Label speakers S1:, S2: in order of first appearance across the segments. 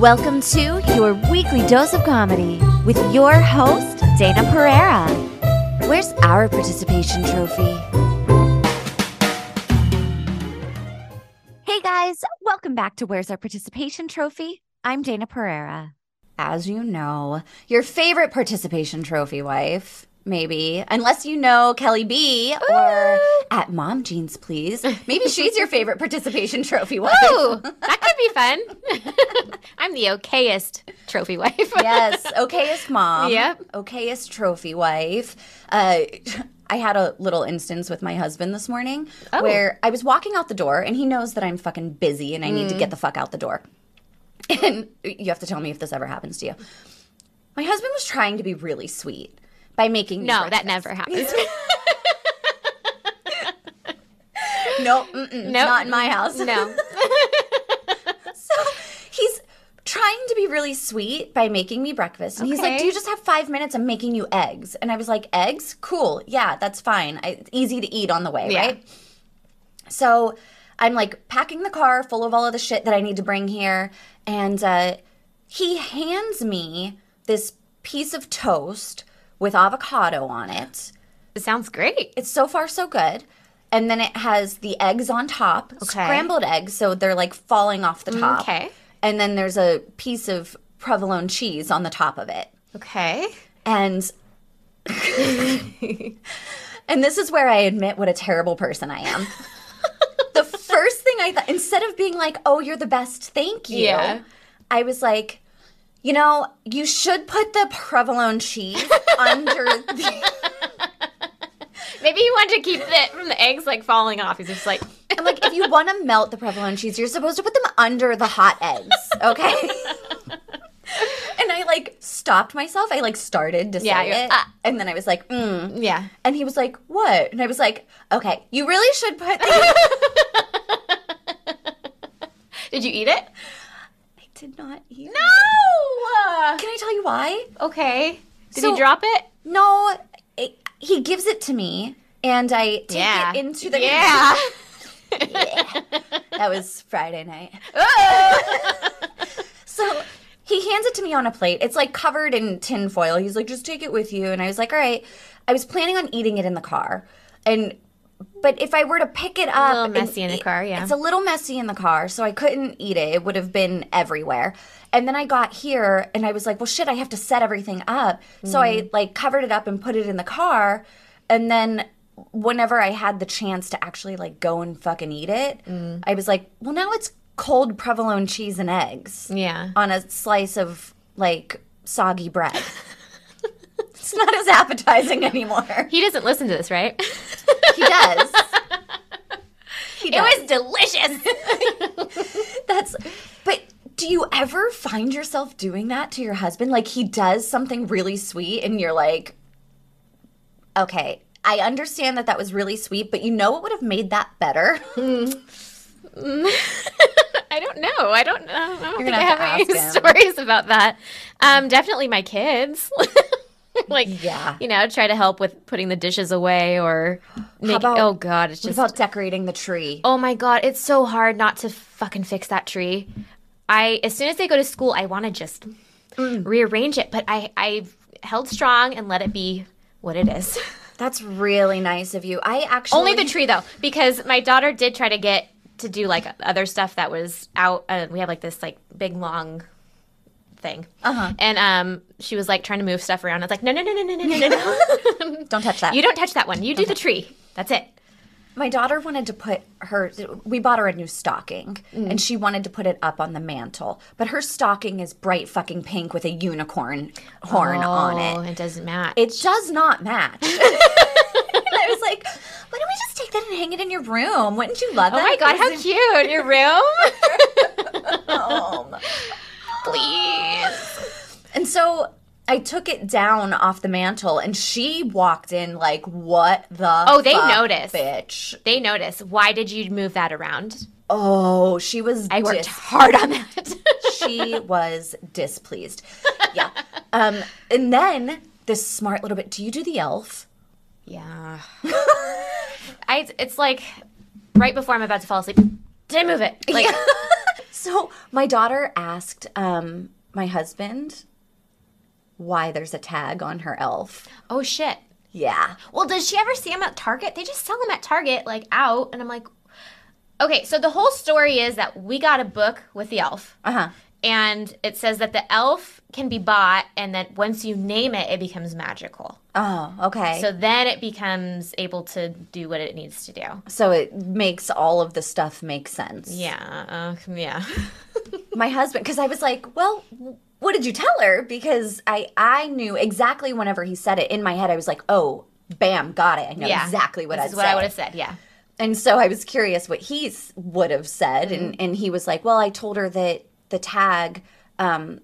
S1: Welcome to your weekly dose of comedy with your host, Dana Pereira. Where's our participation trophy? Hey guys, welcome back to Where's Our Participation Trophy? I'm Dana Pereira. As you know, your favorite participation trophy wife, maybe, unless you know Kelly B or at Mom Jeans, please. Maybe she's your favorite participation trophy wife.
S2: Ooh, that could be fun. I'm the okayest trophy wife.
S1: yes, okayest mom.
S2: Yep.
S1: Okayest trophy wife. Uh, I had a little instance with my husband this morning
S2: Oh.
S1: where I was walking out the door, and he knows that I'm fucking busy and I
S2: Mm.
S1: need to get the fuck out the door. And you have to tell me if this ever happens to you. My husband was trying to be really sweet by making me
S2: No, that
S1: breakfast.
S2: never happens.
S1: no, mm-mm,
S2: Nope.
S1: not in my house.
S2: No.
S1: he's trying to be really sweet by making me breakfast and he's like
S2: Okay.
S1: do you just have five minutes i'm making you eggs and i was like eggs cool yeah that's fine I, it's easy to eat on the way
S2: Yeah.
S1: right so i'm like packing the car full of all of the shit that i need to bring here and uh, he hands me this piece of toast with avocado on it
S2: It sounds great.
S1: it's so far so good. And then it has the eggs on top, scrambled eggs, so they're like falling off the top.
S2: okay.
S1: And then there's a piece of provolone cheese on the top of it.
S2: Okay.
S1: And and this is where I admit what a terrible person I am. the first thing I thought instead of being like, "Oh, you're the best. Thank you."
S2: Yeah.
S1: I was like, "You know, you should put the provolone cheese under the
S2: Maybe he wanted to keep it from the eggs like falling off. He's just like,
S1: I'm like, if you want to melt the provolone cheese, you're supposed to put them under the hot eggs, okay? and I like stopped myself. I like started to say
S2: Yeah, you're
S1: it,
S2: like, "Ah."
S1: and then I was like, mm.
S2: yeah.
S1: and he was like, what? And I was like, okay, you really should put. The-
S2: Did you eat it?
S1: I did not eat. No.
S2: No.
S1: Can I tell you why?
S2: Okay. Did
S1: Oh, So-
S2: he drop it?
S1: No, it, he gives it to me, and I take it into the.
S2: Yeah.
S1: that was Friday night.
S2: Oh.
S1: So he hands it to me on a plate. It's like covered in tin foil. He's like, just take it with you. And I was like, all right. I was planning on eating it in the car. And but if I were to pick it up
S2: little
S1: and
S2: messy in the
S1: eat-
S2: car, yeah.
S1: It's a little messy in the car, so I couldn't eat it. It would have been everywhere. And then I got here and I was like, well shit, I have to set everything up. So
S2: Mm-hmm.
S1: I like covered it up and put it in the car. And then whenever I had the chance to actually like go and fucking eat it,
S2: Mm.
S1: I was like, well now it's cold provolone cheese and eggs
S2: yeah.
S1: on a slice of like soggy bread. it's not as appetizing anymore.
S2: He doesn't listen to this, right?
S1: He does. He
S2: It
S1: does.
S2: was delicious.
S1: That's. But do you ever find yourself doing that to your husband? Like he does something really sweet, and you're like, okay. I understand that that was really sweet, but you know what would have made that better?
S2: I don't know. I don't know. I don't
S1: gonna
S2: think I
S1: have
S2: have,
S1: to
S2: any
S1: ask him.
S2: stories about that. Um, definitely my kids. like,
S1: Yeah.
S2: you know, try to help with putting the dishes away or make.
S1: about-
S2: oh God, it's
S1: It's
S2: just.
S1: about decorating the tree.
S2: oh my God, it's so hard not to fucking fix that tree. I as soon as they go to school, I want to just
S1: Mm.
S2: rearrange it, but I I've held strong and let it be what it is.
S1: That's really nice of you. I actually
S2: Only the tree though, because my daughter did try to get to do like other stuff that was out. Uh, we had like this like big long thing, uh-huh. and um, she was like trying to move stuff around. I was like, no, no, no, no, no, no, no, no.
S1: don't touch that.
S2: you don't touch that one. You do the tree. That's it.
S1: My daughter wanted to put her, we bought her a new stocking
S2: Mm-hmm.
S1: and she wanted to put it up on the mantle. But her stocking is bright fucking pink with a unicorn horn
S2: oh,
S1: on it.
S2: it. doesn't match.
S1: It does not match. and I was like, why don't we just take that and hang it in your room? Wouldn't you love
S2: oh my
S1: that?
S2: god, how cute! Your room,
S1: Oh.
S2: please.
S1: And so I took it down off the mantle and she walked in like, what the
S2: Oh, they
S1: fuck,
S2: noticed.
S1: Bitch.
S2: They notice. Why did you move that around?
S1: Oh, she was
S2: I worked
S1: dis-
S2: hard on that.
S1: she was displeased. Yeah. Um, and then this smart little bit. Do you do the elf?
S2: Yeah. I, it's like right before I'm about to fall asleep. Did I move it? Like,
S1: So my daughter asked um, my husband why there's a tag on her elf.
S2: Oh shit.
S1: Yeah.
S2: Well, does she ever see them at Target? They just sell them at Target, like out. And I'm like, okay. So the whole story is that we got a book with the elf,
S1: Uh huh.
S2: and it says that the elf can be bought, and that once you name it, it becomes magical.
S1: Oh, okay.
S2: So then it becomes able to do what it needs to do.
S1: So it makes all of the stuff make sense.
S2: Yeah. Uh, yeah.
S1: My husband, because I was like, well, what did you tell her? Because I I knew exactly whenever he said it in my head, I was like, oh, bam, got it. I know
S2: Yeah.
S1: exactly what
S2: This
S1: I
S2: is what I would have said. Yeah.
S1: And so I was curious what he s- would have said, and
S2: Mm-hmm.
S1: and he was like, well, I told her that the tag. Um,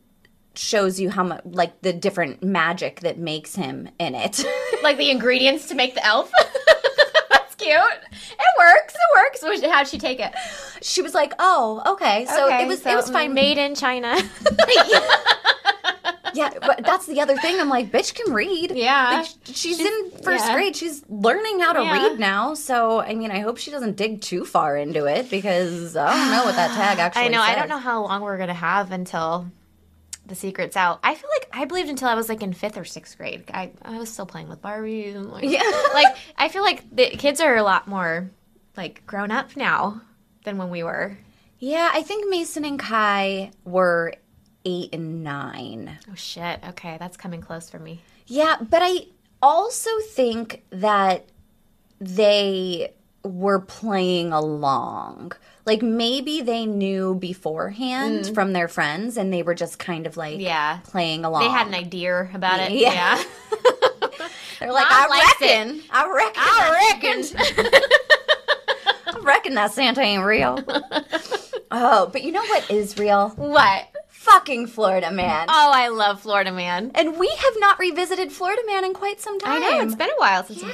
S1: shows you how much like the different magic that makes him in it
S2: like the ingredients to make the elf. That's cute. It works. It works. What- How'd she take it?
S1: she was like oh okay so it was it was fine
S2: Made in China.
S1: yeah, but that's the other thing. I'm like, bitch can read.
S2: Yeah.
S1: Like, sh- she's, in first
S2: yeah.
S1: grade. She's learning how to
S2: Yeah.
S1: read now. So, I mean, I hope she doesn't dig too far into it because I don't know what that tag actually
S2: I know. I don't
S1: says.
S2: know how long we're gonna have until the secret's out. I feel like I believed until I was like in fifth or sixth grade. I, I was still playing with Barbies. And like,
S1: Yeah.
S2: like I feel like the kids are a lot more like grown up now than when we were.
S1: Yeah, I think Mason and Kai were eight and nine.
S2: Oh shit. Okay, that's coming close for me.
S1: Yeah, but I also think that they were playing along. Like maybe they knew beforehand from their friends and they were just kind of like
S2: Mm. Yeah.
S1: playing along.
S2: They had an idea about it.
S1: Yeah.
S2: yeah.
S1: They're like,
S2: Mom
S1: I
S2: likes
S1: reckon, I reckon, I reckon, I reckon that Santa ain't real. oh, but you know what is real?
S2: What?
S1: Fucking Florida Man.
S2: Oh, I love Florida Man.
S1: and we have not revisited Florida Man in quite some
S2: I
S1: time.
S2: know it's been a while since
S1: Yeah.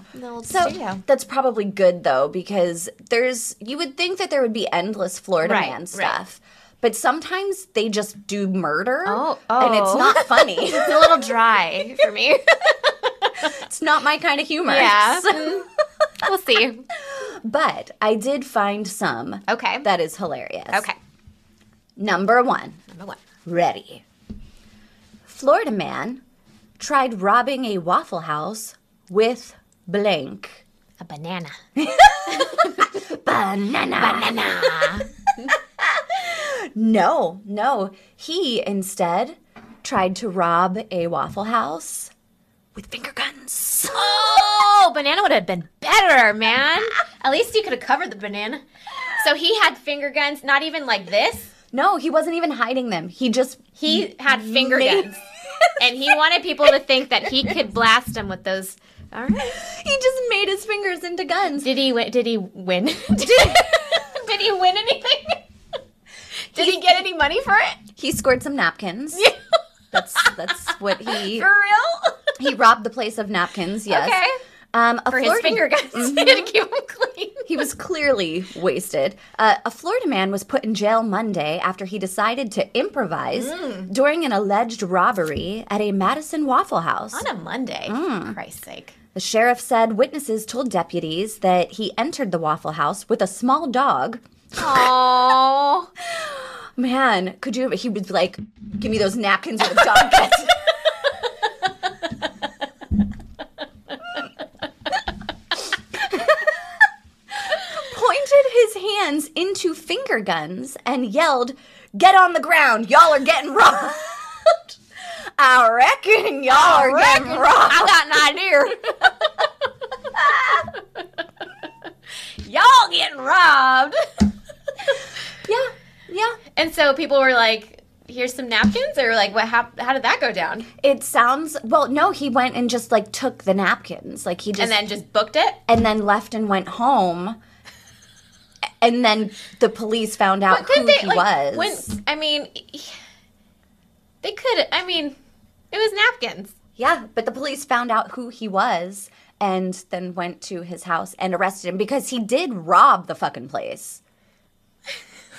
S2: I've been in the old
S1: So
S2: studio.
S1: that's probably good though, because there's you would think that there would be endless Florida
S2: Right,
S1: Man
S2: right.
S1: stuff, but sometimes they just do murder,
S2: Oh,
S1: and it's
S2: oh.
S1: not funny.
S2: It's a little dry for me.
S1: it's not my kind of humor.
S2: Yeah.
S1: So-
S2: we'll see.
S1: but I did find some
S2: Okay.
S1: that is hilarious.
S2: okay.
S1: Number one,
S2: Number one.
S1: ready. Florida man tried robbing a Waffle House with blank
S2: A banana.
S1: banana.
S2: Banana.
S1: No, no. He instead tried to rob a Waffle House with finger guns.
S2: oh, banana would have been better, man. At least you could have covered the banana. So he had finger guns, not even like this.
S1: No, he wasn't even hiding them. He just
S2: He had finger
S1: made-
S2: guns. And he wanted people to think that he could blast them with those. All right.
S1: he just made his fingers into guns.
S2: Did he win? Did he win? did he win anything? Did he get any money for it?
S1: He scored some napkins. That's that's what he
S2: For real?
S1: he robbed the place of napkins. Yes.
S2: Okay.
S1: Um, a
S2: For his
S1: Florida-
S2: finger Mm-hmm. guns. He had to keep them clean.
S1: He was clearly wasted. Uh, a Florida man was put in jail Monday after he decided to improvise during an alleged robbery at a Madison Waffle House.
S2: On a Monday. For Christ's sake.
S1: The sheriff said witnesses told deputies that he entered the Waffle House with a small dog.
S2: Oh.
S1: Man, could you? He was like, "Give me those napkins with a dog." gets." Pointed his hands into finger guns and yelled, "Get on the ground! Y'all are getting robbed! I reckon y'all are getting robbed!"
S2: I got an idea. Y'all getting robbed.
S1: Yeah, yeah.
S2: And so people were like, here's some napkins? Or like, what? How, how did that go down?
S1: It sounds well. No, he went and just like took the napkins, like he just
S2: And then just booked it?
S1: and then left and went home. And then the police found out
S2: But
S1: who
S2: then they,
S1: he was.
S2: like, When, I mean, they could. I mean, it was napkins.
S1: yeah, but the police found out who he was and then went to his house and arrested him because he did rob the fucking place.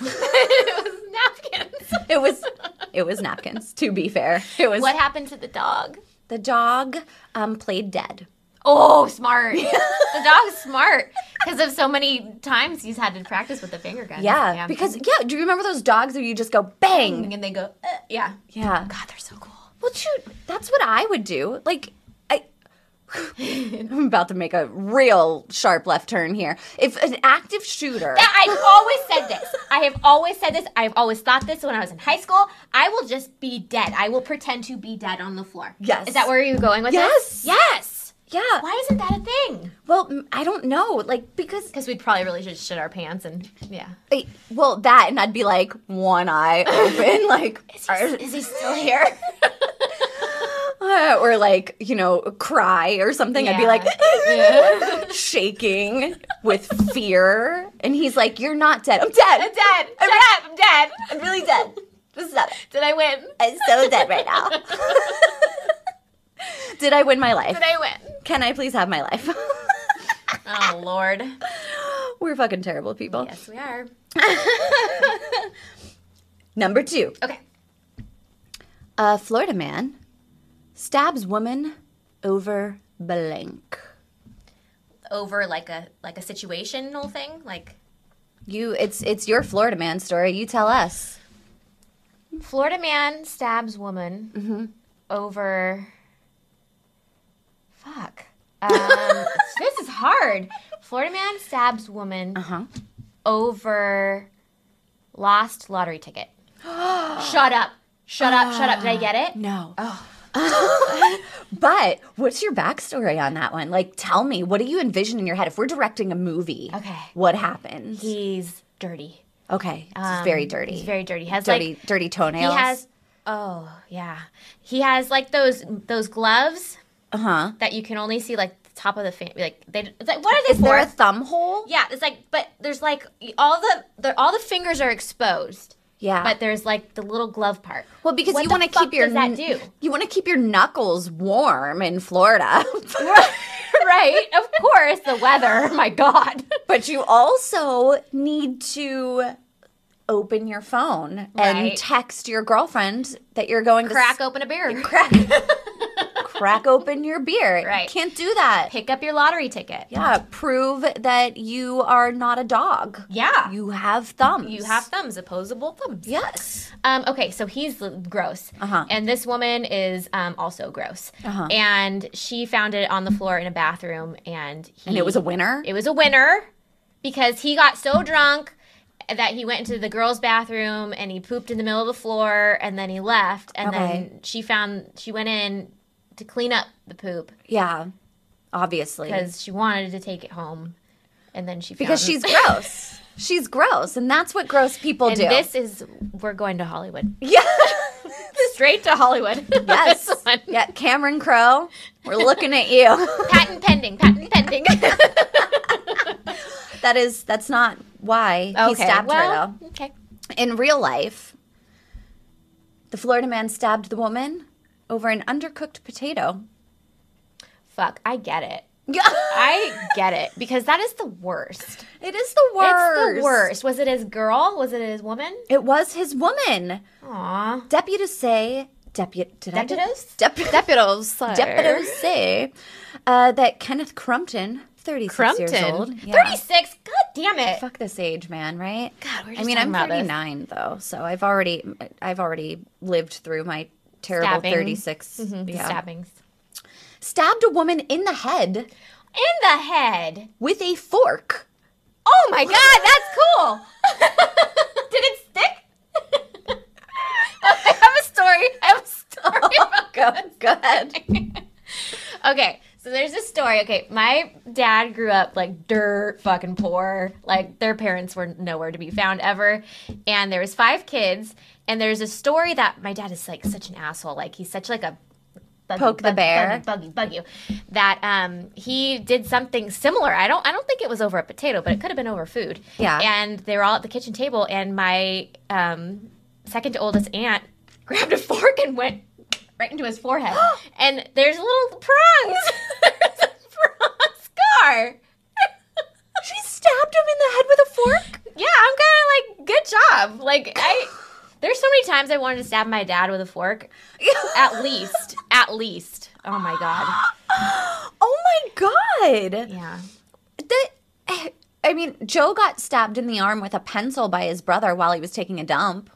S2: it was napkins.
S1: It was it was napkins, to be fair. It was
S2: What happened to the dog?
S1: the dog um, played dead.
S2: Oh, smart. the dog's smart because of so many times he's had to practice with the finger gun.
S1: Yeah, because yeah, do you remember those dogs where you just go bang?
S2: and they go, uh, yeah.
S1: Yeah.
S2: God, they're so cool.
S1: Well, shoot, that's what I would do. Like, I, I'm about to make a real sharp left turn here. If an active shooter,
S2: That- I've always said this. I have always said this. I've always thought this when I was in high school. I will just be dead. I will pretend to be dead on the floor.
S1: Yes.
S2: Is that where you're going with
S1: Yes.
S2: this? Yes.
S1: yeah.
S2: Why isn't that a thing?
S1: Well, m- I don't know. Like, because
S2: Because we'd probably really just shit our pants and yeah.
S1: I- well, that and I'd be like one eye open, like, or,
S2: Is he still here?
S1: uh, or like you know, cry or something. I'd be
S2: Yeah.
S1: like
S2: Yeah.
S1: shaking with fear, and he's like, "You're not dead. I'm dead.
S2: I'm dead. Shut up. I'm dead.
S1: I'm really dead. What's up?
S2: Did I win?
S1: I'm so dead right now." Did I win my life?
S2: Did I win?
S1: Can I please have my life?
S2: Oh Lord.
S1: We're fucking terrible people.
S2: Yes, we are.
S1: Number two,
S2: Okay.
S1: a Florida man stabs woman over blank.
S2: Over like a like a situational thing, like
S1: You, it's it's your Florida man story. You tell us.
S2: Florida man stabs woman over. Fuck. Um, this is hard. Florida man stabs woman
S1: huh.
S2: over lost lottery ticket. shut up. Shut up. Shut up. Did I get it?
S1: No. Oh. but what's your backstory on that one? Like, tell me, what do you envision in your head if we're directing a movie?
S2: Okay.
S1: What happens?
S2: He's dirty.
S1: okay, this is very
S2: Um,
S1: dirty.
S2: He's very dirty. He has
S1: dirty,
S2: like
S1: dirty
S2: he
S1: toenails.
S2: has. Oh yeah. He has like those those gloves
S1: Uh huh.
S2: that you can only see like the top of the fan. Like they. It's like what are they
S1: Is
S2: for?
S1: there a thumb hole?
S2: Yeah, it's like, but there's like all the, the all the fingers are exposed,
S1: Yeah.
S2: but there's like the little glove part.
S1: Well, because
S2: What
S1: you
S2: the
S1: want to
S2: fuck
S1: keep your
S2: does that
S1: kn-
S2: do?
S1: you want to keep your knuckles warm in Florida,
S2: right, of course, the weather. My God,
S1: but you also need to open your phone and
S2: Right.
S1: text your girlfriend that you're going
S2: crack
S1: to
S2: open a beer,
S1: crack crack open your beer. You
S2: Right.
S1: can't do that.
S2: pick up your lottery ticket.
S1: Yeah, prove that you are not a dog.
S2: Yeah.
S1: You have thumbs.
S2: You have thumbs, opposable thumbs.
S1: Yes.
S2: Um, okay, so he's l- gross,
S1: Uh-huh.
S2: and this woman is um, also gross,
S1: Uh-huh.
S2: and she found it on the floor in a bathroom, and he,
S1: And it was a winner.
S2: It was a winner because he got so drunk that he went into the girls' bathroom and he pooped in the middle of the floor and then he left and
S1: Okay.
S2: then she found she went in to clean up the poop
S1: yeah. Obviously.
S2: because she wanted to take it home and then she found
S1: because she's gross. she's gross, and that's what gross people
S2: and
S1: do.
S2: this is we're going to Hollywood
S1: yeah,
S2: straight to Hollywood
S1: yes,
S2: This one.
S1: yeah. Cameron Crowe, we're looking at you.
S2: patent pending patent pending
S1: that is that's not why he stabbed her
S2: well, okay
S1: though. In real life, the Florida man stabbed the woman over an undercooked potato.
S2: fuck I get it
S1: Yeah,
S2: I get it because that is the worst
S1: it is the worst.
S2: It's the worst. Was it his girl? Was it his woman?
S1: It was his woman.
S2: Aw.
S1: Deputies say deputy. Did I do-
S2: Deputies?
S1: Deputies.
S2: Deputos.
S1: Deputies say uh, that Kenneth Crumpton, 36 years
S3: Crumpton?
S1: old. Yeah.
S2: 36. God damn it.
S1: Fuck this age, man, right?
S2: Eh. God, we're just
S1: I mean,
S2: talking
S1: I'm
S2: about this.
S1: 39 though, so I've already I've already lived through my terrible
S2: Stabbing. Mm-hmm.
S1: 36.
S2: The
S1: yeah.
S2: Stabbings.
S1: Stabbed a woman in the head
S2: In the head.
S1: with a fork.
S2: Oh my god, that's cool. Did it stick? I have a story. I have a story. about
S1: Go, go ahead.
S2: okay, so there's a story. Okay, my dad grew up like dirt fucking poor. Like their parents were nowhere to be found ever, and there was five kids. And there's a story that my dad is like such an asshole. Like he's such like a bug,
S1: Poke the
S2: bug,
S1: bear.
S2: bug you, bug you. That um, he did something similar. I don't I don't think it was over a potato, but it could have been over food.
S1: Yeah.
S2: And they were all at the kitchen table, and my um, second to oldest aunt grabbed a fork and went right into his forehead. and there's little prongs. there's a prong scar.
S1: She stabbed him in the head with a fork.
S2: Yeah, I'm kind of like, good job. Like I, there's so many times I wanted to stab my dad with a fork. At least, at least. Oh my god.
S1: oh my god.
S2: Yeah.
S1: That, I mean, Joe got stabbed in the arm with a pencil by his brother while he was taking a dump.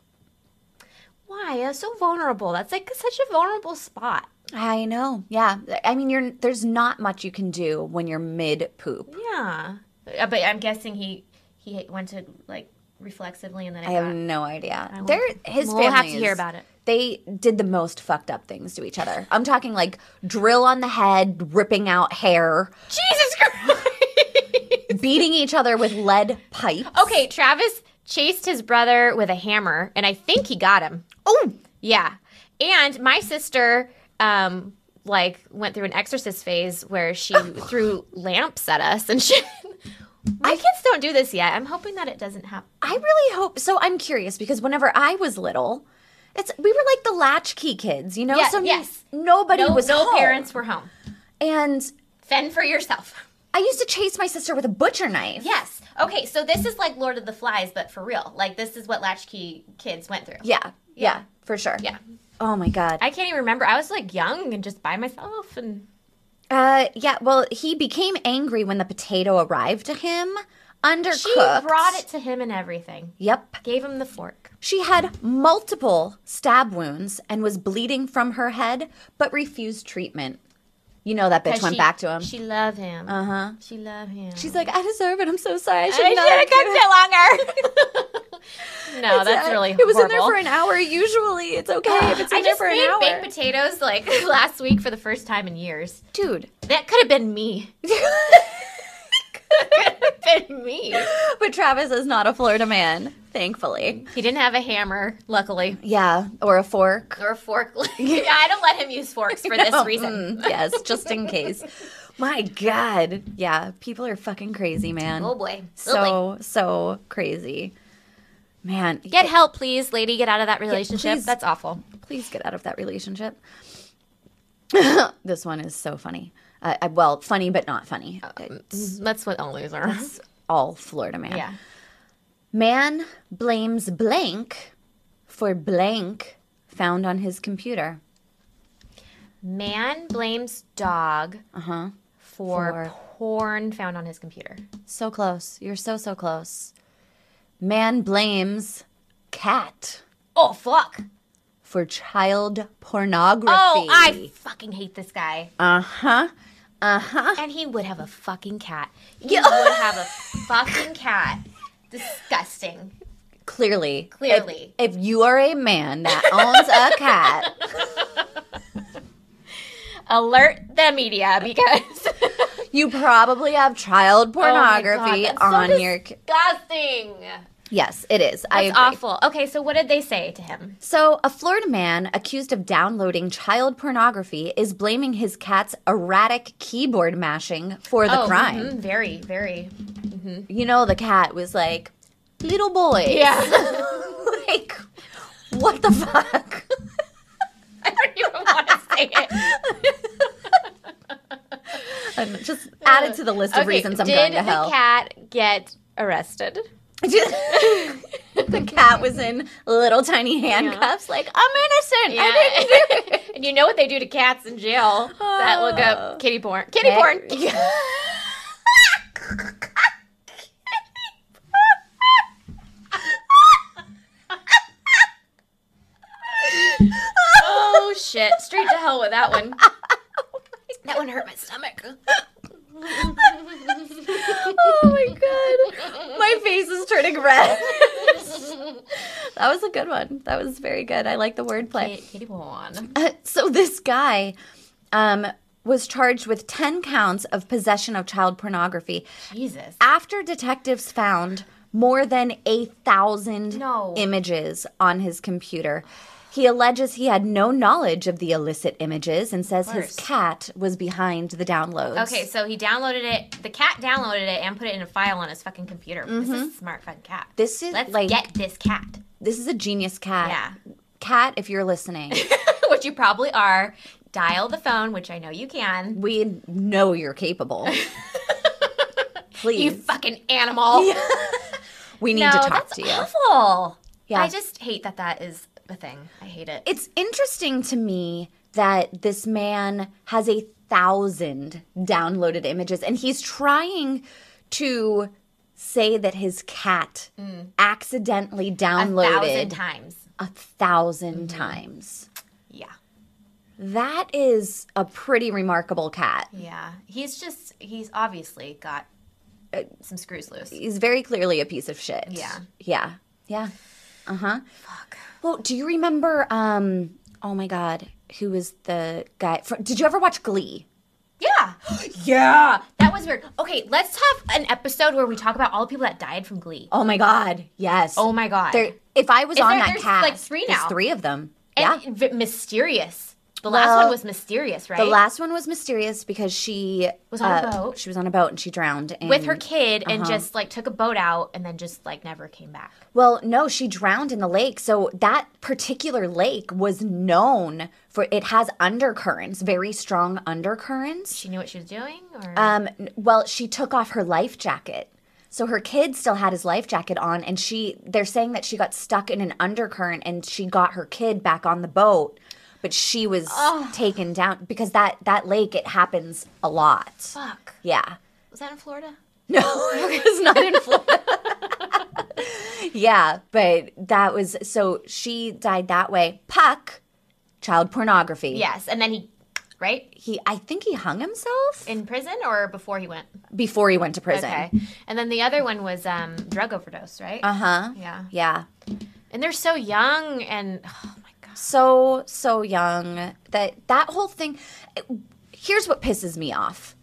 S2: Why? That's so vulnerable. That's like such a vulnerable spot.
S1: I know. Yeah. I mean, you're there's not much you can do when you're mid poop.
S2: Yeah. Uh, But I'm guessing he he went to like reflexively and then it
S1: I have
S2: got-
S1: no idea.
S2: won't-
S1: There, his
S2: We'll have to
S1: family
S2: hear
S1: is-
S2: about it.
S1: They did the most fucked up things to each other. I'm talking like drill on the head, ripping out hair,
S2: Jesus Christ.
S1: beating each other with lead pipes.
S2: okay, Travis chased his brother with a hammer and I think he got him.
S1: Oh,
S2: Yeah. And my sister um like went through an exorcist phase where she threw lamps at us and shit. My kids don't do this yet. I'm hoping that it doesn't happen.
S1: I really hope so. I'm curious because whenever I was little, it's we were like the latchkey kids, you know.
S2: Yeah,
S1: so
S2: yes.
S1: nobody
S2: No,
S1: was
S2: no
S1: home.
S2: parents were home.
S1: And
S2: Fend for yourself.
S1: I used to chase my sister with a butcher knife.
S2: Yes. Okay, so this is like Lord of the Flies, but for real. Like this is what latchkey kids went through.
S1: Yeah, yeah, for sure.
S2: Yeah.
S1: Oh my god.
S2: I can't even remember. I was like young and just by myself and
S1: Uh, yeah. Well, he became angry when the potato arrived to him, undercooked.
S2: she brought it to him and everything.
S1: Yep.
S2: Gave him the fork.
S1: She had multiple stab wounds and was bleeding from her head, but refused treatment. You know that bitch
S2: 'Cause
S1: went
S2: she-
S1: back to him.
S2: She loved him.
S1: Uh-huh.
S2: She loved him.
S1: She's like, I deserve it. I'm so sorry. I should
S2: I
S1: not
S2: should have
S1: given
S2: kept it longer. no, that's
S1: it.
S2: really
S1: uh, It was in there
S2: horrible.
S1: for an hour. Usually, it's okay if it's in
S2: I
S1: there
S2: just
S1: for an
S2: made
S1: hour.
S2: baked potatoes like last week for the first time in years.
S1: Dude.
S2: That could have been me. could have been me.
S1: but Travis is not a Florida man, thankfully.
S2: He didn't have a hammer, luckily,
S1: Yeah, or a fork.
S2: or a fork. yeah, I don't let him use forks for this
S1: Oh,
S2: reason.
S1: mm, yes, just in case. My God. Yeah, people are fucking crazy, man.
S2: Oh boy. Oh,
S1: so,
S2: boy.
S1: so crazy. Man,
S2: Get help, please, lady. Get out of that relationship.
S1: please.
S2: That's awful.
S1: please get out of that relationship. this one is so funny. Uh, uh, well, funny, but not funny.
S2: Uh,
S1: It's
S2: That's what always are.
S1: all Florida man.
S2: uh-huh. Yeah.
S1: Man blames blank for blank found on his computer.
S2: Man blames dog
S1: Uh-huh.
S2: for, porn found on his computer.
S1: So close. You're so, so close. Man blames cat
S2: Oh fuck!
S1: for child pornography.
S2: Oh, I fucking hate this guy.
S1: Uh huh. Uh-huh.
S2: and he would have a fucking cat. He would have a fucking cat. Disgusting.
S1: Clearly. If-
S2: Clearly.
S1: If, you are a man that owns a cat,
S2: Alert the media because
S1: you probably have child pornography
S2: Oh my God, that's so
S1: on
S2: dis-
S1: your. c-
S2: disgusting.
S1: Yes, it is. I
S2: It's
S1: agree.
S2: awful. Okay, so what did they say to him?
S1: So, a Florida man accused of downloading child pornography is blaming his cat's erratic keyboard mashing for the crime.
S2: mhm, very, very.
S1: You know, the cat was like, little boy.
S2: mm-hmm. Yeah.
S1: like, what the fuck?
S2: I don't even want to say it.
S1: And just add it to the list of reasons I'm
S2: Uh, did
S1: going to
S2: the
S1: hell.
S2: cat get arrested?
S1: the cat was in little tiny handcuffs, like, I'm innocent. I didn't do it.
S2: and you know what they do to cats in jail that look
S1: Oh.
S2: up kitty porn. Kitty porn. Oh shit! Straight to hell with that one. That one hurt my stomach.
S1: oh my god. My face is turning red. that was a good one. That was very good. I like the wordplay.
S2: Kitty porn.
S1: Uh, so this guy um, was charged with 10 counts of possession of child pornography
S2: Jesus.
S1: after detectives found more than a thousand
S2: No.
S1: images on his computer. He alleges he had no knowledge of the illicit images and says his
S2: course.
S1: cat was behind the downloads.
S2: Okay, so he downloaded it. The cat downloaded it and put it in a file on his fucking computer.
S1: Mm-hmm.
S2: This is a smart fucking cat.
S1: This is
S2: Let's
S1: like
S2: get this cat.
S1: this is a genius cat.
S2: Yeah.
S1: Cat, if you're listening,
S2: Which you probably are. Dial the phone, which I know you can.
S1: we know you're capable. Please.
S2: You fucking animal.
S1: we need
S2: no,
S1: to talk
S2: that's
S1: to you.
S2: awful.
S1: Yeah.
S2: I just hate that that is a thing. I hate it.
S1: It's interesting to me that this man has a thousand downloaded images, and he's trying to say that his cat accidentally
S2: Mm. thousand Mm-hmm.
S1: downloaded
S2: times.
S1: a 1000 times.
S2: Yeah.
S1: That is a pretty remarkable cat.
S2: Yeah. He's just, he's obviously got uh, some screws loose.
S1: He's very clearly a piece of shit.
S2: Yeah.
S1: Yeah. Yeah. Uh huh.
S2: Fuck.
S1: Well, do you remember? Um. Oh my God, who was the guy? Fr did you ever watch Glee?
S2: Yeah. yeah. That was weird. Okay, let's have an episode where we talk about all the people that died from Glee.
S1: Oh my God, yes.
S2: Oh my God.
S1: There, if I was on
S2: there-
S1: that
S2: there's,
S1: cast,
S2: like, three
S1: there's
S2: now.
S1: three of them. yeah.
S2: and v- mysterious. The last
S1: Well,
S2: one was mysterious, right?
S1: The last one was mysterious because she uh,
S2: Was on a boat.
S1: She was on a boat and she drowned. And,
S2: with her kid and
S1: Uh-huh.
S2: just like took a boat out and then just like never came back.
S1: Well, no, she drowned in the lake. So that particular lake was known for it has undercurrents, very strong undercurrents.
S2: She knew what she was doing, or
S1: Um, n- well, she took off her life jacket. So her kid still had his life jacket on, and she they're saying that she got stuck in an undercurrent and she got her kid back on the boat, but she was taken down because that that lake it happens a lot.
S2: fuck.
S1: Yeah.
S2: Was that in Florida?
S1: No, it's not in Florida. yeah, but that was so she died that way. Puck, child pornography.
S2: Yes, and then he, right
S1: He I think he hung himself
S2: in prison or before he went.
S1: before he went to prison.
S2: Okay, and then the other one was um drug overdose, right?
S1: Uh-huh.
S2: yeah,
S1: Yeah.
S2: and they're so young and oh my god,
S1: so so young that that whole thing here's what pisses me off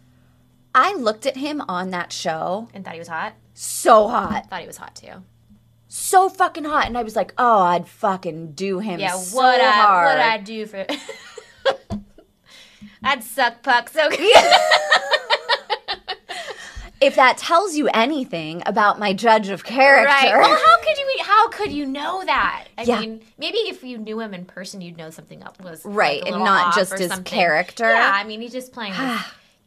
S1: i looked at him on that show
S2: and thought he was hot.
S1: so hot
S2: Thought he was hot too.
S1: so fucking hot and i was like oh i'd fucking do him
S2: Yeah,
S1: so
S2: what I
S1: hard
S2: what I do for. I'd suck puck so good.
S1: if that tells you anything about my judge of character
S2: Right. Well, how could you? e, How could you know that? I
S1: Yeah.
S2: mean, maybe if you knew him in person, you'd know something up was like,
S1: Right,
S2: a
S1: and
S2: little
S1: not
S2: off
S1: just
S2: or
S1: his
S2: something.
S1: character.
S2: Yeah, I mean, he's just playing his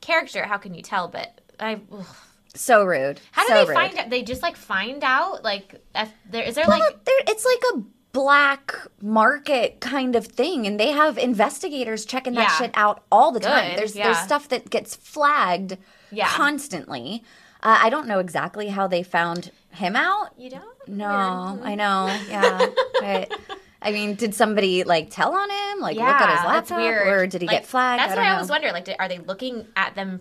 S2: character. How can you tell? But I. ugh.
S1: so rude
S2: How
S1: so
S2: do they
S1: rude.
S2: find out? They just like find out. Like, if there is there
S1: Well,
S2: like
S1: there- it's like a black market kind of thing and they have investigators checking that
S2: Yeah.
S1: shit out all the time
S2: Good,
S1: there's there's
S2: yeah.
S1: stuff that gets flagged
S2: Yeah.
S1: constantly uh, i don't know exactly how they found him out
S2: you don't?
S1: no
S2: mm-hmm.
S1: i know yeah but i mean did somebody like tell on him like
S2: Yeah,
S1: look at his
S2: that's
S1: laptop
S2: weird.
S1: or did he
S2: Like,
S1: get flagged
S2: That's
S1: I
S2: what
S1: don't
S2: I
S1: know.
S2: always wonder. Like, do, are they looking at them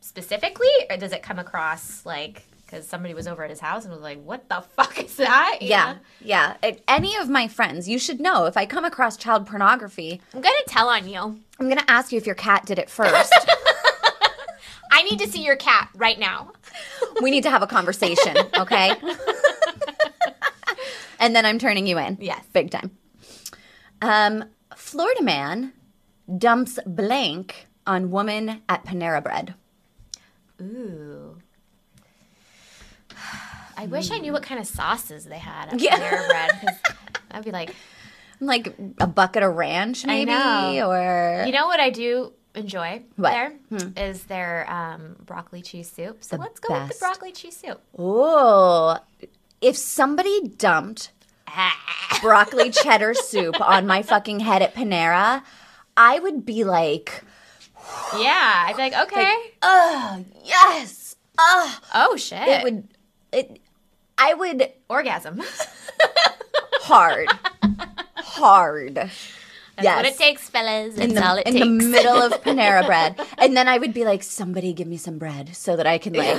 S2: specifically, or does it come across like because somebody was over at his house and was like, "What the fuck is that?" You
S1: yeah
S2: know?
S1: yeah Uh, any of my friends you should know if i come across child pornography
S2: I'm gonna tell on you.
S1: i'm gonna ask you if your cat did it first
S2: I need to see your cat right now.
S1: We need to have a conversation, okay? and then I'm turning you in.
S2: Yes.
S1: Big time. Um, Florida man dumps blank on woman at Panera Bread.
S2: Ooh. I wish I knew what kind of sauces they had at
S1: Yeah.
S2: Panera Bread. 'cause I'd be like,
S1: Like a bucket of ranch, maybe?
S2: know.
S1: Or
S2: you know what I do enjoy
S1: What?
S2: there is their um, broccoli cheese soup. So
S1: The
S2: let's go with
S1: best.
S2: the broccoli cheese soup.
S1: oh if somebody dumped
S2: Ah.
S1: broccoli cheddar soup on my fucking head at Panera, I would be like,
S2: Yeah, I'd be like, okay.
S1: oh yes. Oh
S2: oh shit,
S1: it would it I would
S2: orgasm.
S1: hard, hard.
S2: That's what it takes, fellas. That's
S1: In, the,
S2: all it
S1: in
S2: takes.
S1: the middle of Panera bread, and then I would be like, "Somebody give me some bread so that I can like."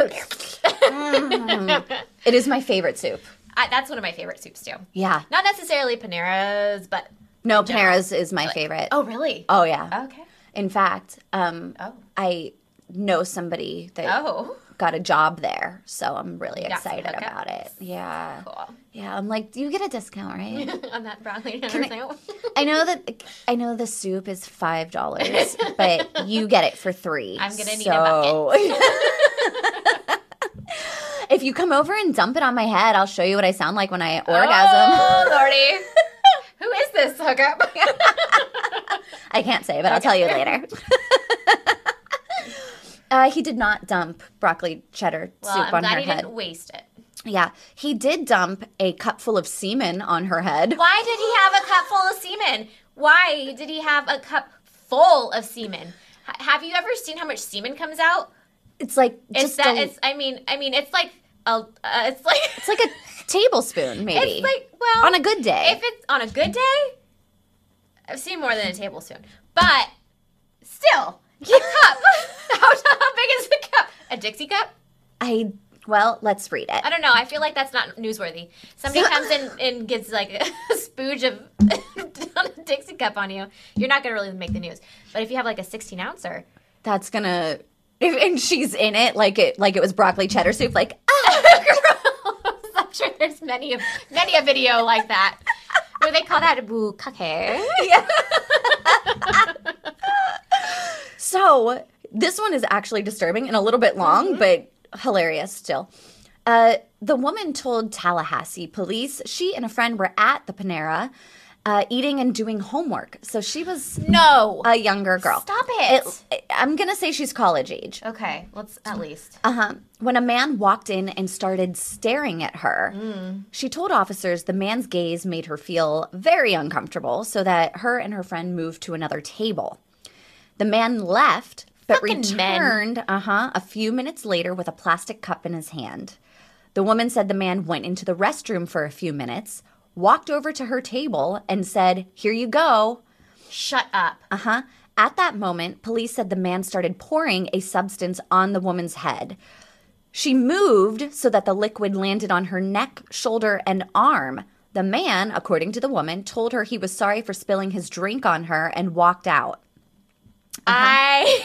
S1: Mm. It is my favorite soup.
S2: I, that's one of my favorite soups too.
S1: Yeah,
S2: Not necessarily Panera's, but
S1: no, Panera's is my favorite. Oh,
S2: oh really?
S1: yeah.
S2: Okay.
S1: In fact, um,
S2: Oh.
S1: I know somebody that
S2: Oh.
S1: got a job there, so I'm really
S2: Got some
S1: excited
S2: hookup.
S1: about it. Yeah,
S2: Cool.
S1: yeah. I'm like, you get a discount, right?
S2: on that broccoli cheddar soup.
S1: I know that I know the soup is five dollars, but you get it for three.
S2: I'm gonna need a
S1: bucket. if you come over and dump it on my head, I'll show you what I sound like when I orgasm.
S2: Oh, lordy. Who is this hookup?
S1: I can't say, but I'll tell you later. uh, he did not dump broccoli cheddar
S2: well,
S1: soup
S2: I'm
S1: on
S2: glad
S1: her
S2: he
S1: head.
S2: didn't waste it.
S1: Yeah, he did dump a cupful of semen on her head.
S2: Why did he have a cup full of semen? Why did he have a cup full of semen? H- have you ever seen how much semen comes out?
S1: It's like just
S2: It's that.
S1: a-
S2: It's. I mean. I mean. It's like a. Uh, it's like.
S1: it's like a tablespoon, maybe.
S2: It's like well.
S1: on a good day.
S2: If it's on a good day, I've seen more than a tablespoon, but still a cup. how, how big is a cup? A Dixie cup?
S1: I well, let's read
S2: I
S1: it.
S2: don't know. I feel like that's not newsworthy. Somebody comes in and gets like a spooge of on a Dixie cup on you. You're not gonna really make the news. But if you have like a 16 ouncer,
S1: That's gonna. If, and she's in it like it like it was broccoli cheddar soup. Like ah,
S2: I'm sure there's many of many a video like that. Where they call that a bukake.
S1: so this one is actually disturbing and a little bit long, but hilarious still. Uh, the woman told Tallahassee police she and a friend were at the Panera, uh, eating and doing homework. So she was
S2: No.
S1: a younger girl.
S2: Uh, Stop it.
S1: I'm gonna say she's college age.
S2: Okay, let's at least.
S1: Uh-huh. When a man walked in and started staring at her,
S2: Mm.
S1: she told officers the man's gaze made her feel very uncomfortable, so that her and her friend moved to another table. The man left, but
S2: Fucking men.
S1: returned uh-huh, a few minutes later with a plastic cup in his hand. The woman said the man went into the restroom for a few minutes, walked over to her table, and said, Here you go.
S2: Shut up.
S1: Uh huh. At that moment, police said the man started pouring a substance on the woman's head. She moved so that the liquid landed on her neck, shoulder, and arm. The man, according to the woman, told her he was sorry for spilling his drink on her and walked out. Uh-huh.
S2: I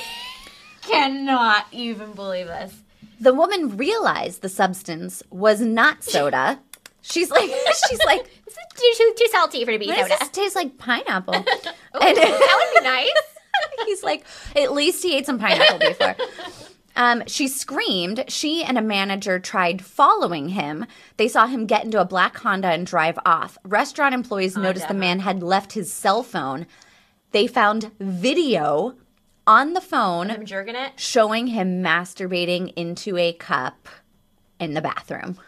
S2: cannot even believe this.
S1: The woman realized the substance was not soda. She's like, she's like,
S2: This is too, too, too salty for it to be
S1: "What does
S2: soda.
S1: this tastes like pineapple. and
S2: that would be nice.
S1: he's like, at least he ate some pineapple before. Um, she screamed. She and a manager tried following him. They saw him get into a black Honda and drive off. Restaurant employees noticed the
S2: Oh, Deborah.
S1: man had left his cell phone. They found video on the phone
S2: I'm jerking it.
S1: showing him masturbating into a cup in the bathroom.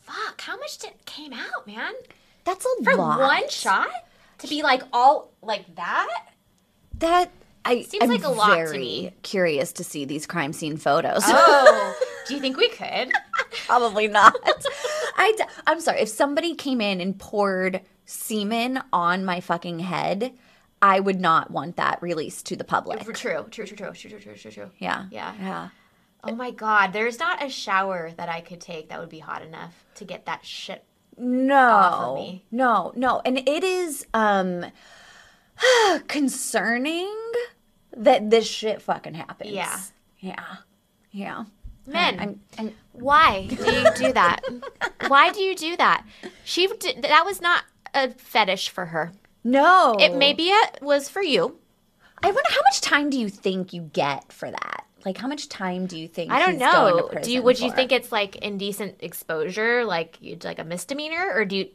S2: Fuck, how much did came out, man?
S1: That's a
S2: For
S1: lot.
S2: one shot? To be like all like that?
S1: That I
S2: Seems
S1: am
S2: like a lot to
S1: very
S2: me.
S1: curious to see these crime scene photos.
S2: Oh. Do you think we could?
S1: Probably not. I d- I'm sorry. If somebody came in and poured semen on my fucking head, I would not want that released to the public.
S2: True, true, true, true, true, true, true, true, true.
S1: Yeah.
S2: Yeah.
S1: Yeah.
S2: Oh my god, there's not a shower that I could take that would be hot enough to get that shit.
S1: No.
S2: me.
S1: No, no. And it is um concerning that this shit fucking happens.
S2: Yeah.
S1: Yeah. Yeah.
S2: Men,
S1: I'm, I'm
S2: why do you do that? why do you do that? She did, that was not a fetish for her.
S1: no.
S2: It maybe it was for you.
S1: I wonder how much time do you think you get for that? Like how much time do you think
S2: I don't
S1: he's going to
S2: know. Do
S1: prison
S2: you would you
S1: for?
S2: think it's like indecent exposure, like you'd like a misdemeanor, or do you?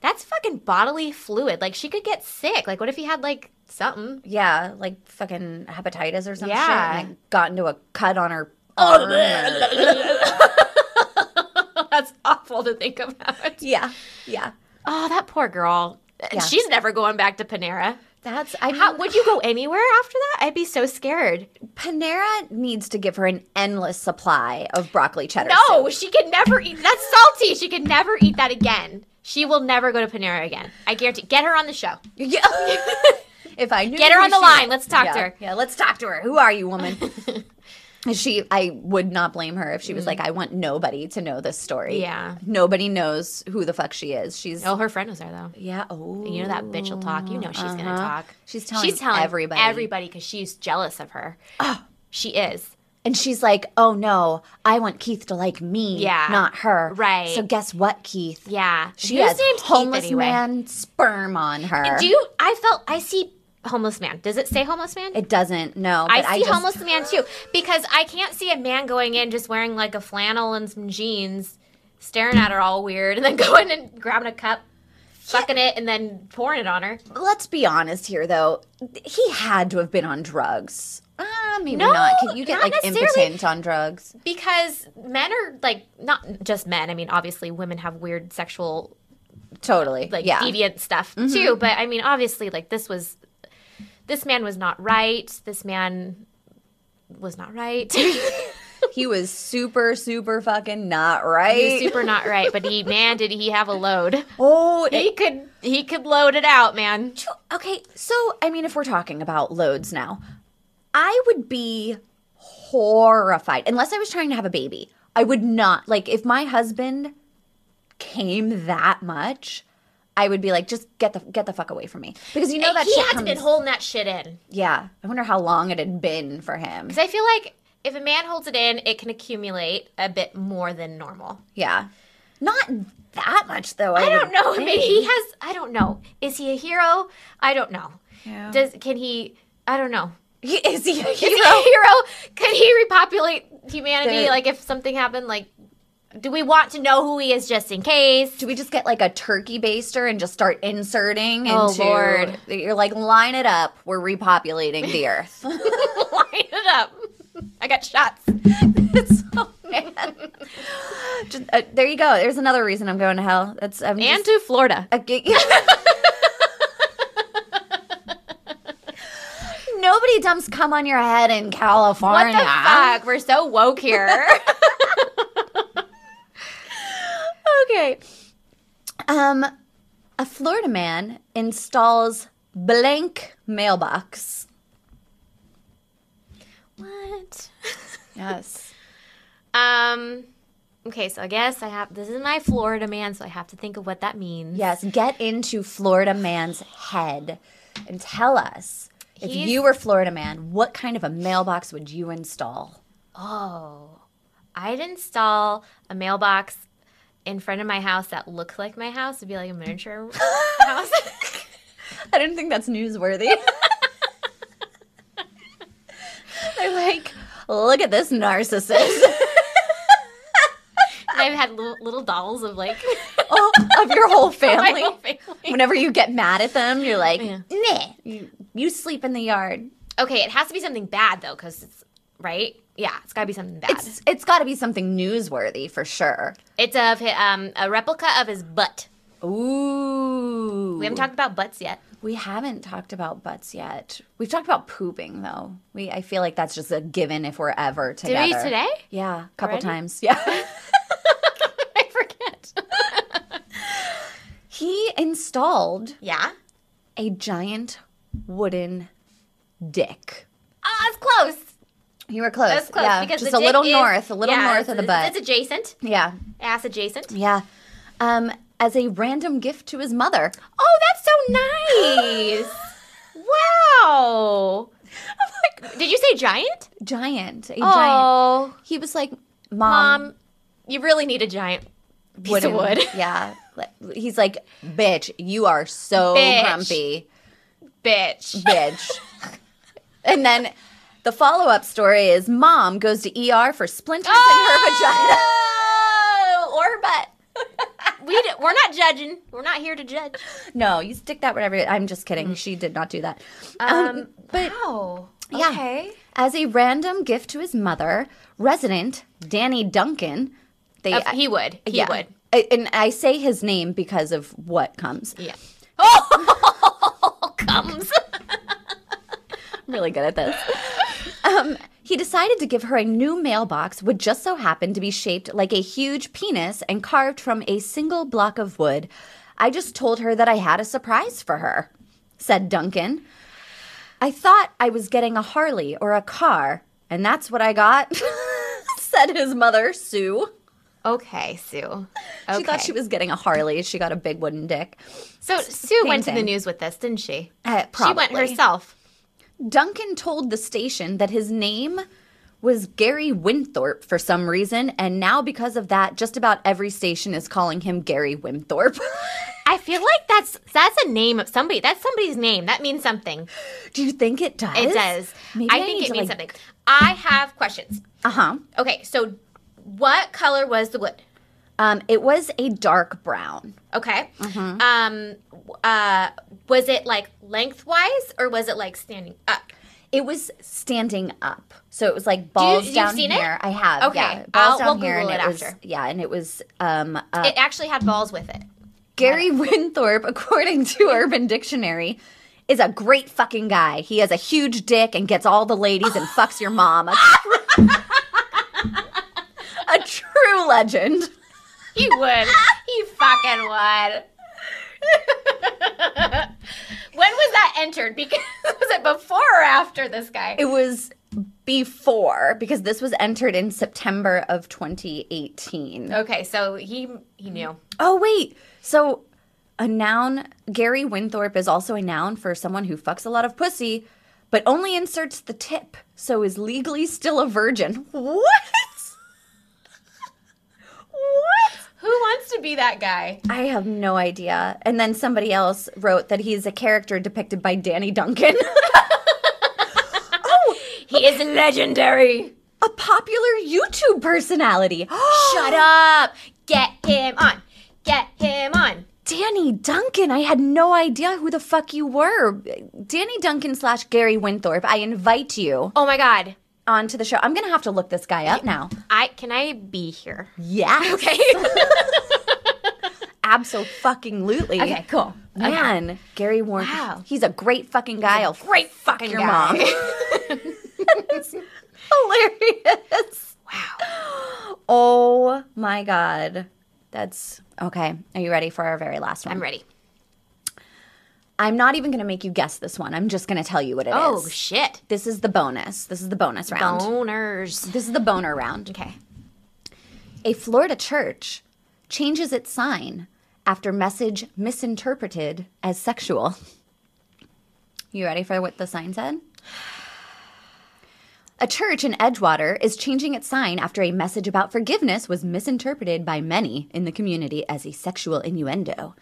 S2: That's fucking bodily fluid. Like she could get sick. Like what if he had like something?
S1: Yeah, like fucking hepatitis or some
S2: Yeah. Oh,
S1: shit. And it got into a cut on her. arm or-
S2: That's awful to think about.
S1: yeah, yeah.
S2: Oh, that poor girl. She's never going back to Panera.
S1: That's I mean,
S2: How would you go anywhere after that? I'd be so scared.
S1: Panera needs to give her an endless supply of broccoli cheddar.
S2: No,
S1: soup.
S2: she could never eat. That's salty. She could never eat that again. She will never go to Panera again. I guarantee. Get her on the show.
S1: Yeah. if I knew
S2: Get her
S1: who
S2: on the
S1: she-
S2: line. Let's talk
S1: yeah,
S2: to her.
S1: Yeah, let's talk to her. Who are you, woman? And she, I would not blame her if she was like, I want nobody to know this story.
S2: Mm. Yeah.
S1: nobody knows who the fuck she is. She's
S2: Oh, her friend was there though.
S1: yeah. Oh,
S2: You know that bitch will talk. You know she's gonna talk.
S1: She's telling
S2: Uh-huh. she's telling
S1: everybody.
S2: everybody because she's jealous of her. She is.
S1: And she's like, "Oh no, I want Keith to like me,
S2: Yeah.
S1: not her."
S2: Right.
S1: So guess what, Keith?
S2: Yeah.
S1: She
S2: Whose
S1: has
S2: name's Keith,
S1: homeless
S2: anyway?
S1: man sperm on her.
S2: Do you, I felt I see homeless man. Does it say homeless man?
S1: it doesn't. No,
S2: I
S1: but
S2: see
S1: just,
S2: homeless man too because I can't see a man going in just wearing like a flannel and some jeans, staring at her all weird, and then going and grabbing a cup, sucking it, and then pouring it on her.
S1: Let's be honest here, though. He had to have been on drugs. Uh, maybe not. Can you get
S2: not
S1: like
S2: necessarily.
S1: impotent on drugs?
S2: Because men are like not just men. I mean, obviously women have weird sexual
S1: Totally.
S2: like
S1: yeah.
S2: Mm-hmm. deviant stuff too. But I mean, obviously, like this was this man was not right. This man was not right.
S1: He was super, super fucking not right.
S2: He's super not right, but he man did he have a load.
S1: oh, it-
S2: He could he could load it out, man.
S1: okay. So, I mean, if we're talking about loads now, I would be horrified unless I was trying to have a baby. I would not like if my husband came that much. I would be like, just get the get the fuck away from me because you know that
S2: he
S1: shit
S2: had to
S1: comes-
S2: been holding that shit in.
S1: Yeah, I wonder how long it had been for him.
S2: Because I feel like if a man holds it in, it can accumulate a bit more than normal.
S1: Yeah, not that much though.
S2: I don't
S1: would
S2: know.
S1: think.
S2: Maybe he has. I don't know. Is he a hero? I don't know.
S1: Yeah.
S2: Does can he? I don't know.
S1: He- is he a
S2: Is he
S1: hero?
S2: a hero? Could he repopulate humanity?
S1: There-
S2: Like if something happened, like do we want to know who he is just in case?
S1: Do we just get like a turkey baster and just start inserting
S2: Oh,
S1: into?
S2: Lord.
S1: You're like, line it up. We're repopulating the earth.
S2: Line it up. I got shots.
S1: So, man. Just, uh, there you go. There's another reason I'm going to hell. That's I'm just,
S2: And to Florida.
S1: a gig- Nobody dumps cum on your head in
S2: What
S1: California.
S2: the fuck? We're so woke here.
S1: Okay. Um, a Florida man installs blank mailbox.
S2: what?
S1: Yes.
S2: Um. Okay, so I guess I have this is my Florida man, so I have to think of what that means.
S1: Yes, get into Florida man's head and tell us if
S2: He's-
S1: you were Florida man, what kind of a mailbox would you install?
S2: Oh, I'd install a mailbox in front of my house that looks like my house. It'd be like a miniature house.
S1: I don't think that's newsworthy. They're like, look at this narcissist.
S2: and I've had little, little dolls of like
S1: oh, of your whole
S2: my
S1: family.
S2: whole family.
S1: Whenever you get mad at them, you're like,
S2: Yeah.
S1: nah, you, you sleep in the yard.
S2: Okay, it has to be something bad though, because it's right. Yeah, it's gotta be something bad. It's,
S1: It's, it's got to be something newsworthy for sure.
S2: of hi- um a replica of his butt.
S1: Ooh.
S2: We haven't talked about butts yet.
S1: We haven't talked about butts yet. We've talked about pooping though. We I feel like that's just a given if we're ever
S2: Did
S1: together.
S2: we today?
S1: Yeah, a couple
S2: Already?
S1: times. Yeah.
S2: I forget.
S1: he installed
S2: yeah.
S1: a giant wooden dick.
S2: Ah, it's close.
S1: You were close.
S2: That's close
S1: yeah,
S2: because
S1: just
S2: the
S1: a little
S2: dick is-
S1: north, a little
S2: yeah,
S1: north of the
S2: it's-
S1: butt.
S2: It's adjacent,
S1: yeah.
S2: ass adjacent.
S1: Yeah. Um as a random gift to his mother.
S2: Oh, that's so nice. wow. Did you say giant?
S1: Giant, a giant.
S2: Oh,
S1: He was like,
S2: mom,
S1: "Mom,
S2: you really need a giant piece
S1: wooden-
S2: of wood.
S1: Yeah. Like, He's like, "Bitch, you are so
S2: Bitch.
S1: grumpy."
S2: Bitch.
S1: bitch. and then the follow up story is mom goes to ER for splinters
S2: Ah! Oh!
S1: in her vagina. Or butt.
S2: We d- we're not judging. We're not here to judge.
S1: no, you stick that whatever. I'm just kidding. She did not do that.
S2: Um,
S1: but
S2: Oh.
S1: Yeah. as a random gift to his mother, resident Danny Duncan, they
S2: Uh, he would. He
S1: yeah.
S2: would.
S1: I- and I say his name because of what comes.
S2: Yeah. Oh, comes.
S1: I'm really good at this. Um, he decided to give her a new mailbox, which just so happened to be shaped like a huge penis and carved from a single block of wood. I just told her that I had a surprise for her, said Duncan. I thought I was getting a Harley or a car, and that's what I got, said his mother, Sue.
S2: Okay, Sue. Okay.
S1: She thought she was getting a Harley. She got a big wooden dick.
S2: so Sue went to the
S1: thing.
S2: news with this, didn't she?
S1: Uh,
S2: she went
S1: probably.
S2: herself.
S1: Duncan told the station that his name was Gary Winthorpe for some reason, and now because of that, just about every station is calling him Gary Winthorpe.
S2: I feel like that's that's a name of somebody. That's somebody's name. That means something.
S1: Do you think it does?
S2: It does.
S1: Maybe
S2: I
S1: I
S2: think
S1: need
S2: it
S1: to,
S2: means
S1: like-
S2: something. I have questions.
S1: Uh huh.
S2: Okay, so what color was the wood?
S1: Um, it was a dark brown.
S2: Okay.
S1: Mm-hmm.
S2: Um, uh, was it like lengthwise or was it like standing up?
S1: It was standing up, so it was like balls
S2: you've
S1: down
S2: seen it?
S1: here. I have.
S2: Okay.
S1: Yeah,
S2: I'll-
S1: balls
S2: we'll
S1: down here,
S2: Google
S1: and
S2: it
S1: it, was
S2: after.
S1: yeah, and it was um, uh,
S2: It actually had balls with it.
S1: Gary Winthorpe, according to Urban Dictionary, is a great fucking guy. He has a huge dick and gets all the ladies and fucks your mom. A, a true legend.
S2: He would. He fucking would. when was that entered? Because was it before or after this guy?
S1: It was before because this was entered in September of 2018.
S2: Okay, so he he knew.
S1: Oh wait, so a noun Gary Winthorpe is also a noun for someone who fucks a lot of pussy, but only inserts the tip, so is legally still a virgin. What? what?
S2: Who wants to be that guy?
S1: I have no idea. And then somebody else wrote that he's a character depicted by Danny Duncan.
S2: He is legendary.
S1: a popular YouTube personality.
S2: Shut up. Get him on. Get him on.
S1: Danny Duncan. I had no idea who the fuck you were. Danny Duncan slash Gary Winthorpe. I invite you
S2: Oh my god.
S1: onto the show. I'm gonna have to look this guy up now.
S2: I can I be here?
S1: Yeah. Okay. Absolutely.
S2: Okay, cool.
S1: Man, Gary Warren.
S2: Wow.
S1: He's a great fucking guy. He'll
S2: Great fucking
S1: fuck your
S2: guy.
S1: mom. Hilarious.
S2: Wow.
S1: Oh my God. That's okay. Are you ready for our very last one?
S2: I'm ready.
S1: I'm not even going to make you guess this one. I'm just going to tell you what it is.
S2: Oh shit.
S1: this is the bonus. This is the bonus round.
S2: Boners.
S1: This is the boner round.
S2: Okay.
S1: A Florida church changes its sign after message misinterpreted as sexual. You ready for what the sign said? A church in Edgewater is changing its sign after a message about forgiveness was misinterpreted by many in the community as a sexual innuendo.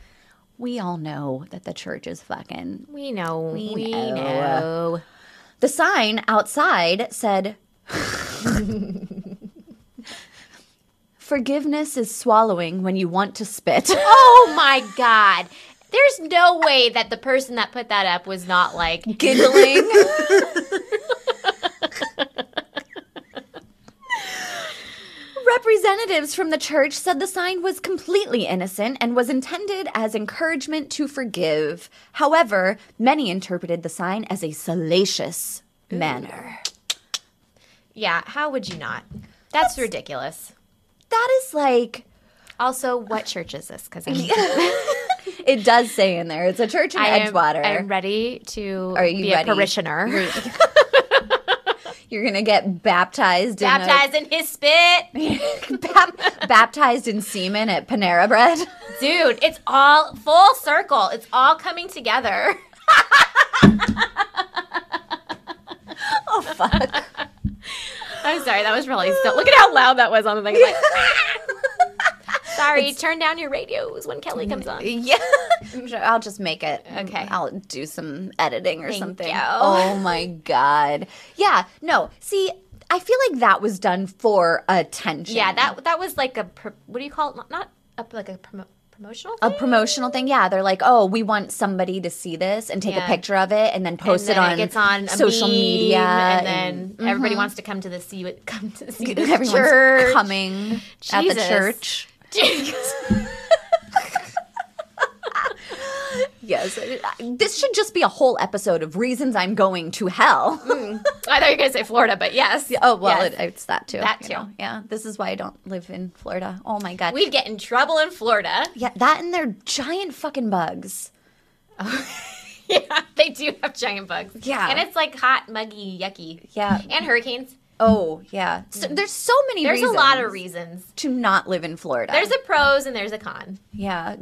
S1: We all know that the church is fucking
S2: We know. We,
S1: know.
S2: know.
S1: The sign outside said, Forgiveness is swallowing when you want to spit.
S2: Oh my god. There's no way that the person that put that up was not like
S1: Giggling. Representatives from the church said the sign was completely innocent and was intended as encouragement to forgive. However, many interpreted the sign as a salacious manner.
S2: Yeah, how would you not? That's ridiculous.
S1: That is like
S2: Also, what church is this? Because I'm,
S1: it does say in there. It's a church in
S2: I am-
S1: Edgewater.
S2: I'm ready to
S1: Are you
S2: be
S1: ready?
S2: a parishioner.
S1: You're gonna get baptized,
S2: Baptized in his spit.
S1: in a, bap- baptized in semen at Panera Bread.
S2: Dude, it's all full circle. It's all coming together.
S1: Oh fuck!
S2: I'm sorry, that was really still. Look at how loud that was on the thing. It's Like, "Ah!" sorry, turn down your radios when Kelly comes on.
S1: yeah, I'm sure- I'll just make it.
S2: Okay.
S1: I'll do some editing or
S2: Thank
S1: something.
S2: you.
S1: Oh my god! Yeah, no. See, I feel like that was done for attention.
S2: Yeah, that that was like a pr- what do you call it? Not, not a, like a promo- promotional.
S1: a
S2: thing?
S1: promotional thing. Yeah, they're like, oh, we want somebody to see this and take a
S2: Yeah.
S1: picture of it and then post
S2: and
S1: it
S2: then
S1: on,
S2: it gets on a
S1: social
S2: meme,
S1: media.
S2: and mm-hmm. then everybody wants to come to the see what come to see the
S1: everyone's
S2: church.
S1: coming at the
S2: Jesus.
S1: church.
S2: Jeez.
S1: Yes, I- I- this should just be a whole episode of reasons I'm going to hell.
S2: I thought you were going to say Florida, but yes.
S1: oh well,
S2: Yes.
S1: it, it's that too.
S2: That
S1: you
S2: too.
S1: know. Yeah, this is why I don't live in Florida. Oh my god.
S2: we'd get in trouble in Florida.
S1: yeah, that and their giant fucking bugs.
S2: yeah, they do have giant bugs.
S1: Yeah.
S2: and it's like hot, muggy, yucky.
S1: Yeah.
S2: and hurricanes.
S1: Oh yeah. So, there's so many.
S2: There's
S1: reasons
S2: a lot of reasons.
S1: to not live in Florida.
S2: There's a pros and there's a con.
S1: yeah.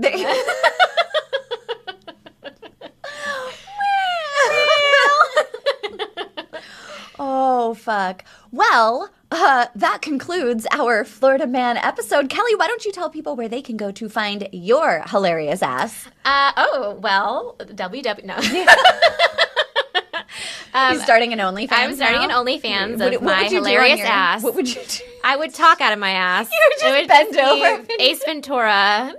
S1: Oh, fuck. Well, uh, that concludes our Florida Man episode. Kelly, why don't you tell people where they can go to find your hilarious ass?
S2: Uh, oh well, WW. No,
S1: He's starting an OnlyFans.
S2: Um, I'm starting
S1: now.
S2: an OnlyFans
S1: Would-
S2: of
S1: would
S2: my
S1: you do on
S2: hilarious
S1: your-
S2: ass.
S1: What would you do?
S2: I would talk out of my ass. You
S1: would just bend over.
S2: Ace Ventura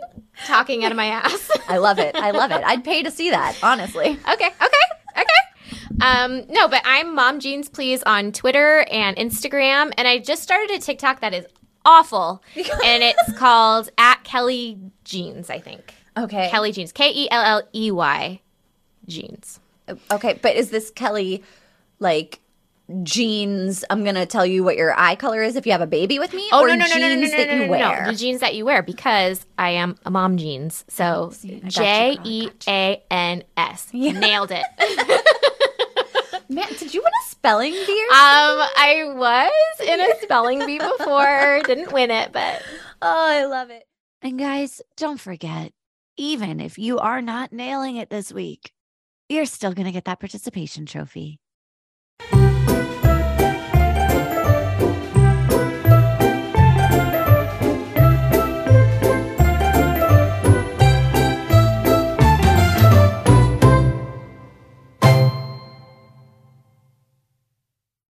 S2: talking out of my ass.
S1: I love it. I love it. I'd pay to see that, honestly.
S2: okay, okay, okay. Um, no, but I'm Mom Jeans Please on Twitter and Instagram, and I just started a TikTok that is awful, and it's called at Kelly Jeans, I think.
S1: Okay.
S2: Kelly Jeans, K E L L E Y Jeans.
S1: Okay, but is this Kelly like jeans? I'm gonna tell you what your eye color is if you have a baby with me.
S2: Oh
S1: or
S2: no no no no no no
S1: jeans
S2: no,
S1: that you
S2: no, no,
S1: wear?
S2: no the jeans that you wear because I am a mom jeans. So
S1: I got you, girl, I
S2: J
S1: got
S2: E A N S.
S1: Yeah.
S2: Nailed it.
S1: Man, did you win a spelling bee? or-
S2: Um, I was in a spelling bee before. Didn't win it, but
S1: oh, I love it.
S3: And guys, don't forget, even if you are not nailing it this week, you're still going to get that participation trophy.